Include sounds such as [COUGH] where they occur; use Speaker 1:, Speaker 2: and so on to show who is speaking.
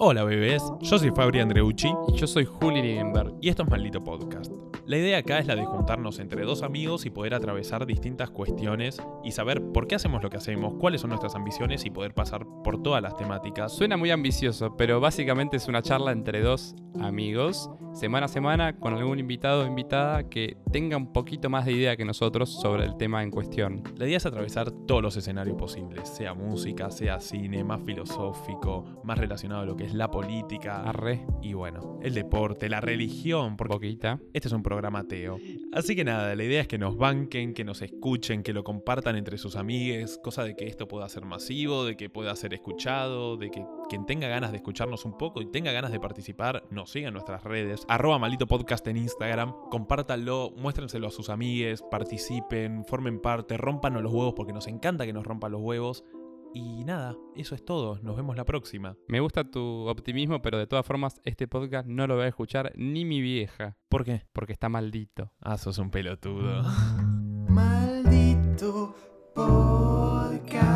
Speaker 1: Hola bebés, yo soy Fabri Andreucci
Speaker 2: Y yo soy Juli Liebenberg.
Speaker 1: y esto es Maldito Podcast. La idea acá es la de juntarnos entre dos amigos y poder atravesar distintas cuestiones y saber por qué hacemos lo que hacemos, cuáles son nuestras ambiciones y poder pasar por todas las temáticas.
Speaker 2: Suena muy ambicioso, pero básicamente es una charla entre dos amigos, semana a semana, con algún invitado o invitada que tenga un poquito más de idea que nosotros sobre el tema en cuestión.
Speaker 1: La idea es atravesar todos los escenarios posibles, sea música, sea cine, más filosófico, más relacionado a lo que es la política
Speaker 2: Arre,
Speaker 1: y bueno, el deporte, la religión, porque
Speaker 2: boquita.
Speaker 1: Este es un programa ateo. Así que nada, la idea es que nos banquen, que nos escuchen, que lo compartan entre sus amigues, cosa de que esto pueda ser masivo, de que pueda ser escuchado, de que quien tenga ganas de escucharnos un poco y tenga ganas de participar, nos siga en nuestras redes, arroba malito podcast en Instagram, compártanlo, muéstrenselo a sus amigues, participen, formen parte, rompan los huevos porque nos encanta que nos rompan los huevos. Y nada, eso es todo, nos vemos la próxima.
Speaker 2: Me gusta tu optimismo, pero de todas formas, este podcast no lo va a escuchar ni mi vieja,
Speaker 1: ¿Por qué?
Speaker 2: porque está maldito.
Speaker 1: Ah, [LAUGHS] sos un pelotudo.
Speaker 3: Maldito podcast.